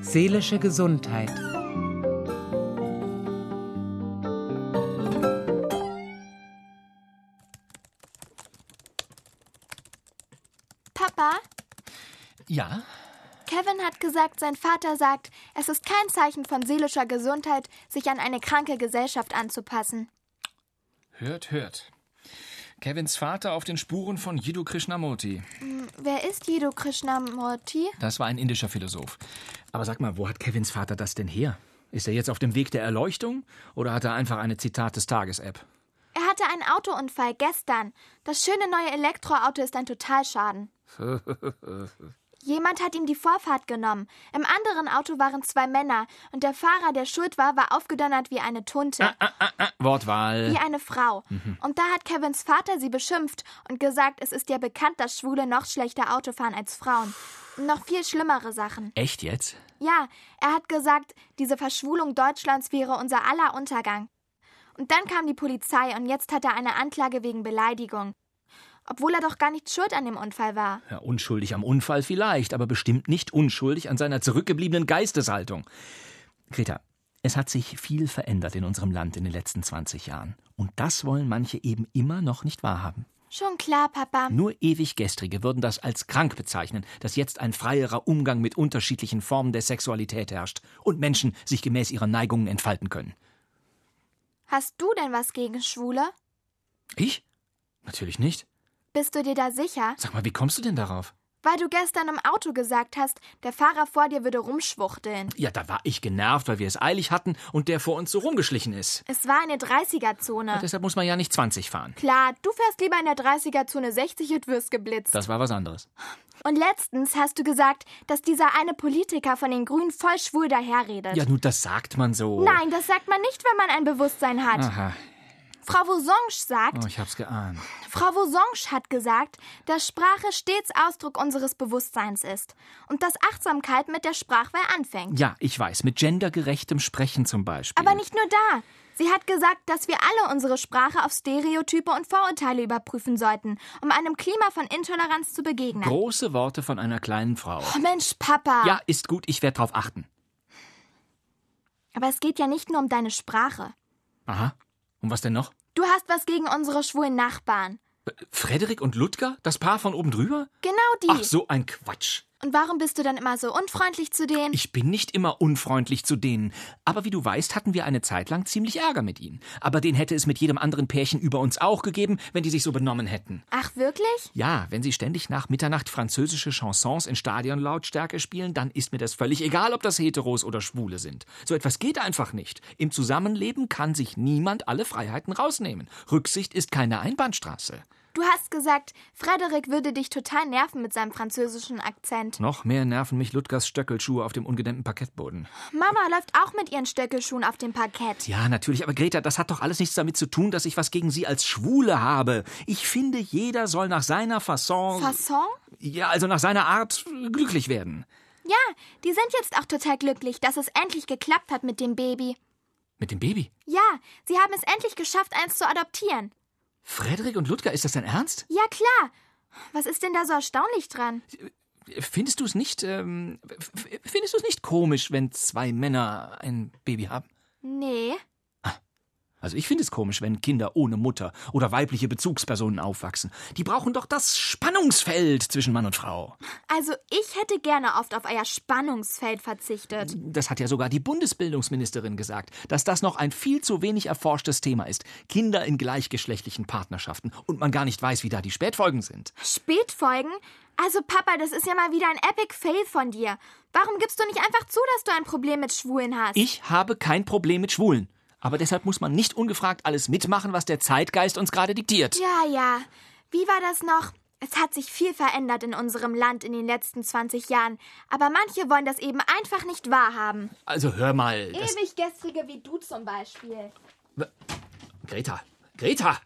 Seelische Gesundheit. Papa, Ja? Kevin hat gesagt, sein Vater sagt, es ist kein Zeichen von seelischer Gesundheit, sich an eine kranke Gesellschaft anzupassen. Hört, hört. Kevins Vater auf den Spuren von Jiddu Krishnamurti. Wer ist Jiddu Krishnamurti? Das war ein indischer Philosoph. Aber sag mal, wo hat Kevins Vater das denn her? Ist er jetzt auf dem Weg der Erleuchtung oder hat er einfach eine Zitat des Tages-App? Er hatte einen Autounfall gestern. Das schöne neue Elektroauto ist ein Totalschaden. Jemand hat ihm die Vorfahrt genommen. Im anderen Auto waren zwei Männer und der Fahrer, der schuld war, war aufgedonnert wie eine Tunte. Wortwahl. Wie eine Frau. Und da hat Kevins Vater sie beschimpft und gesagt, es ist ja bekannt, dass Schwule noch schlechter Auto fahren als Frauen. Und Noch viel schlimmere Sachen. Echt jetzt? Ja, er hat gesagt, diese Verschwulung Deutschlands wäre unser aller Untergang. Und dann kam die Polizei und jetzt hat er eine Anklage wegen Beleidigung. Obwohl er doch gar nicht schuld an dem Unfall war. Ja, unschuldig am Unfall vielleicht, aber bestimmt nicht unschuldig an seiner zurückgebliebenen Geisteshaltung. Greta, es hat sich viel verändert in unserem Land in den letzten 20 Jahren. Und das wollen manche eben immer noch nicht wahrhaben. Schon klar, Papa. Nur Ewiggestrige würden das als krank bezeichnen, dass jetzt ein freierer Umgang mit unterschiedlichen Formen der Sexualität herrscht und Menschen sich gemäß ihrer Neigungen entfalten können. Hast du denn was gegen Schwule? Ich? Natürlich nicht. Bist du dir da sicher? Sag mal, wie kommst du denn darauf? Weil du gestern im Auto gesagt hast, der Fahrer vor dir würde rumschwuchteln. Ja, da war ich genervt, weil wir es eilig hatten und der vor uns so rumgeschlichen ist. Es war eine 30er-Zone. Deshalb muss man ja nicht 20 fahren. Klar, du fährst lieber in der 30er-Zone 60 und wirst geblitzt. Das war was anderes. Und letztens hast du gesagt, dass dieser eine Politiker von den Grünen voll schwul daherredet. Ja, oh. nun, das sagt man so. Nein, das sagt man nicht, wenn man ein Bewusstsein hat. Aha, Frau Vosonge sagt, Ah. oh, ich hab's geahnt. Frau Vosonge hat gesagt, dass Sprache stets Ausdruck unseres Bewusstseins ist und dass Achtsamkeit mit der Sprachwahl anfängt. Ja, ich weiß, mit gendergerechtem Sprechen zum Beispiel. Aber nicht nur da. Sie hat gesagt, dass wir alle unsere Sprache auf Stereotype und Vorurteile überprüfen sollten, um einem Klima von Intoleranz zu begegnen. Große Worte von einer kleinen Frau. oh Mensch, Papa. Ja, ist gut, ich werde drauf achten. Aber es geht ja nicht nur um deine Sprache. Aha. Und was denn noch? Du hast was gegen unsere schwulen Nachbarn. Äh, Frederik und Ludger? Das Paar von oben drüber? Genau die. Ach, so ein Quatsch. Und warum bist du dann immer so unfreundlich zu denen? Ich bin nicht immer unfreundlich zu denen. Aber wie du weißt, hatten wir eine Zeit lang ziemlich Ärger mit ihnen. Aber den hätte es mit jedem anderen Pärchen über uns auch gegeben, wenn die sich so benommen hätten. Ach, wirklich? Ja, wenn sie ständig nach Mitternacht französische Chansons in Stadionlautstärke spielen, dann ist mir das völlig egal, ob das Heteros oder Schwule sind. So etwas geht einfach nicht. Im Zusammenleben kann sich niemand alle Freiheiten rausnehmen. Rücksicht ist keine Einbahnstraße. Du hast gesagt, Frederik würde dich total nerven mit seinem französischen Akzent. Noch mehr nerven mich Ludgers Stöckelschuhe auf dem ungedämmten Parkettboden. Mama läuft auch mit ihren Stöckelschuhen auf dem Parkett. Ja, natürlich, aber Greta, das hat doch alles nichts damit zu tun, dass ich was gegen sie als Schwule habe. Ich finde, jeder soll nach seiner Fasson, Fasson? ja, also nach seiner Art äh, glücklich werden. Ja, die sind jetzt auch total glücklich, dass es endlich geklappt hat mit dem Baby. Mit dem Baby. Ja, sie haben es endlich geschafft, eins zu adoptieren. Frederik und Ludger, ist das dein Ernst? Ja, klar. Was ist denn da so erstaunlich dran? Findest du es nicht, ähm, f- findest du es nicht komisch, wenn zwei Männer ein Baby haben? Nee. Also ich finde es komisch, wenn Kinder ohne Mutter oder weibliche Bezugspersonen aufwachsen. Die brauchen doch das Spannungsfeld zwischen Mann und Frau. Also, ich hätte gerne oft auf euer Spannungsfeld verzichtet. Das hat ja sogar die Bundesbildungsministerin gesagt, dass das noch ein viel zu wenig erforschtes Thema ist. Kinder in gleichgeschlechtlichen Partnerschaften und man gar nicht weiß, wie da die Spätfolgen sind. Spätfolgen? Also Papa, das ist ja mal wieder ein epic Fail von dir. Warum gibst du nicht einfach zu, dass du ein Problem mit Schwulen hast? Ich habe kein Problem mit Schwulen. Aber deshalb muss man nicht ungefragt alles mitmachen, was der Zeitgeist uns gerade diktiert. ja, ja. Wie war das noch? Es hat sich viel verändert in unserem Land in den letzten 20 Jahren, aber manche wollen das eben einfach nicht wahrhaben. Also hör mal. Das, Ewiggestrige wie du zum Beispiel. Greta, Greta,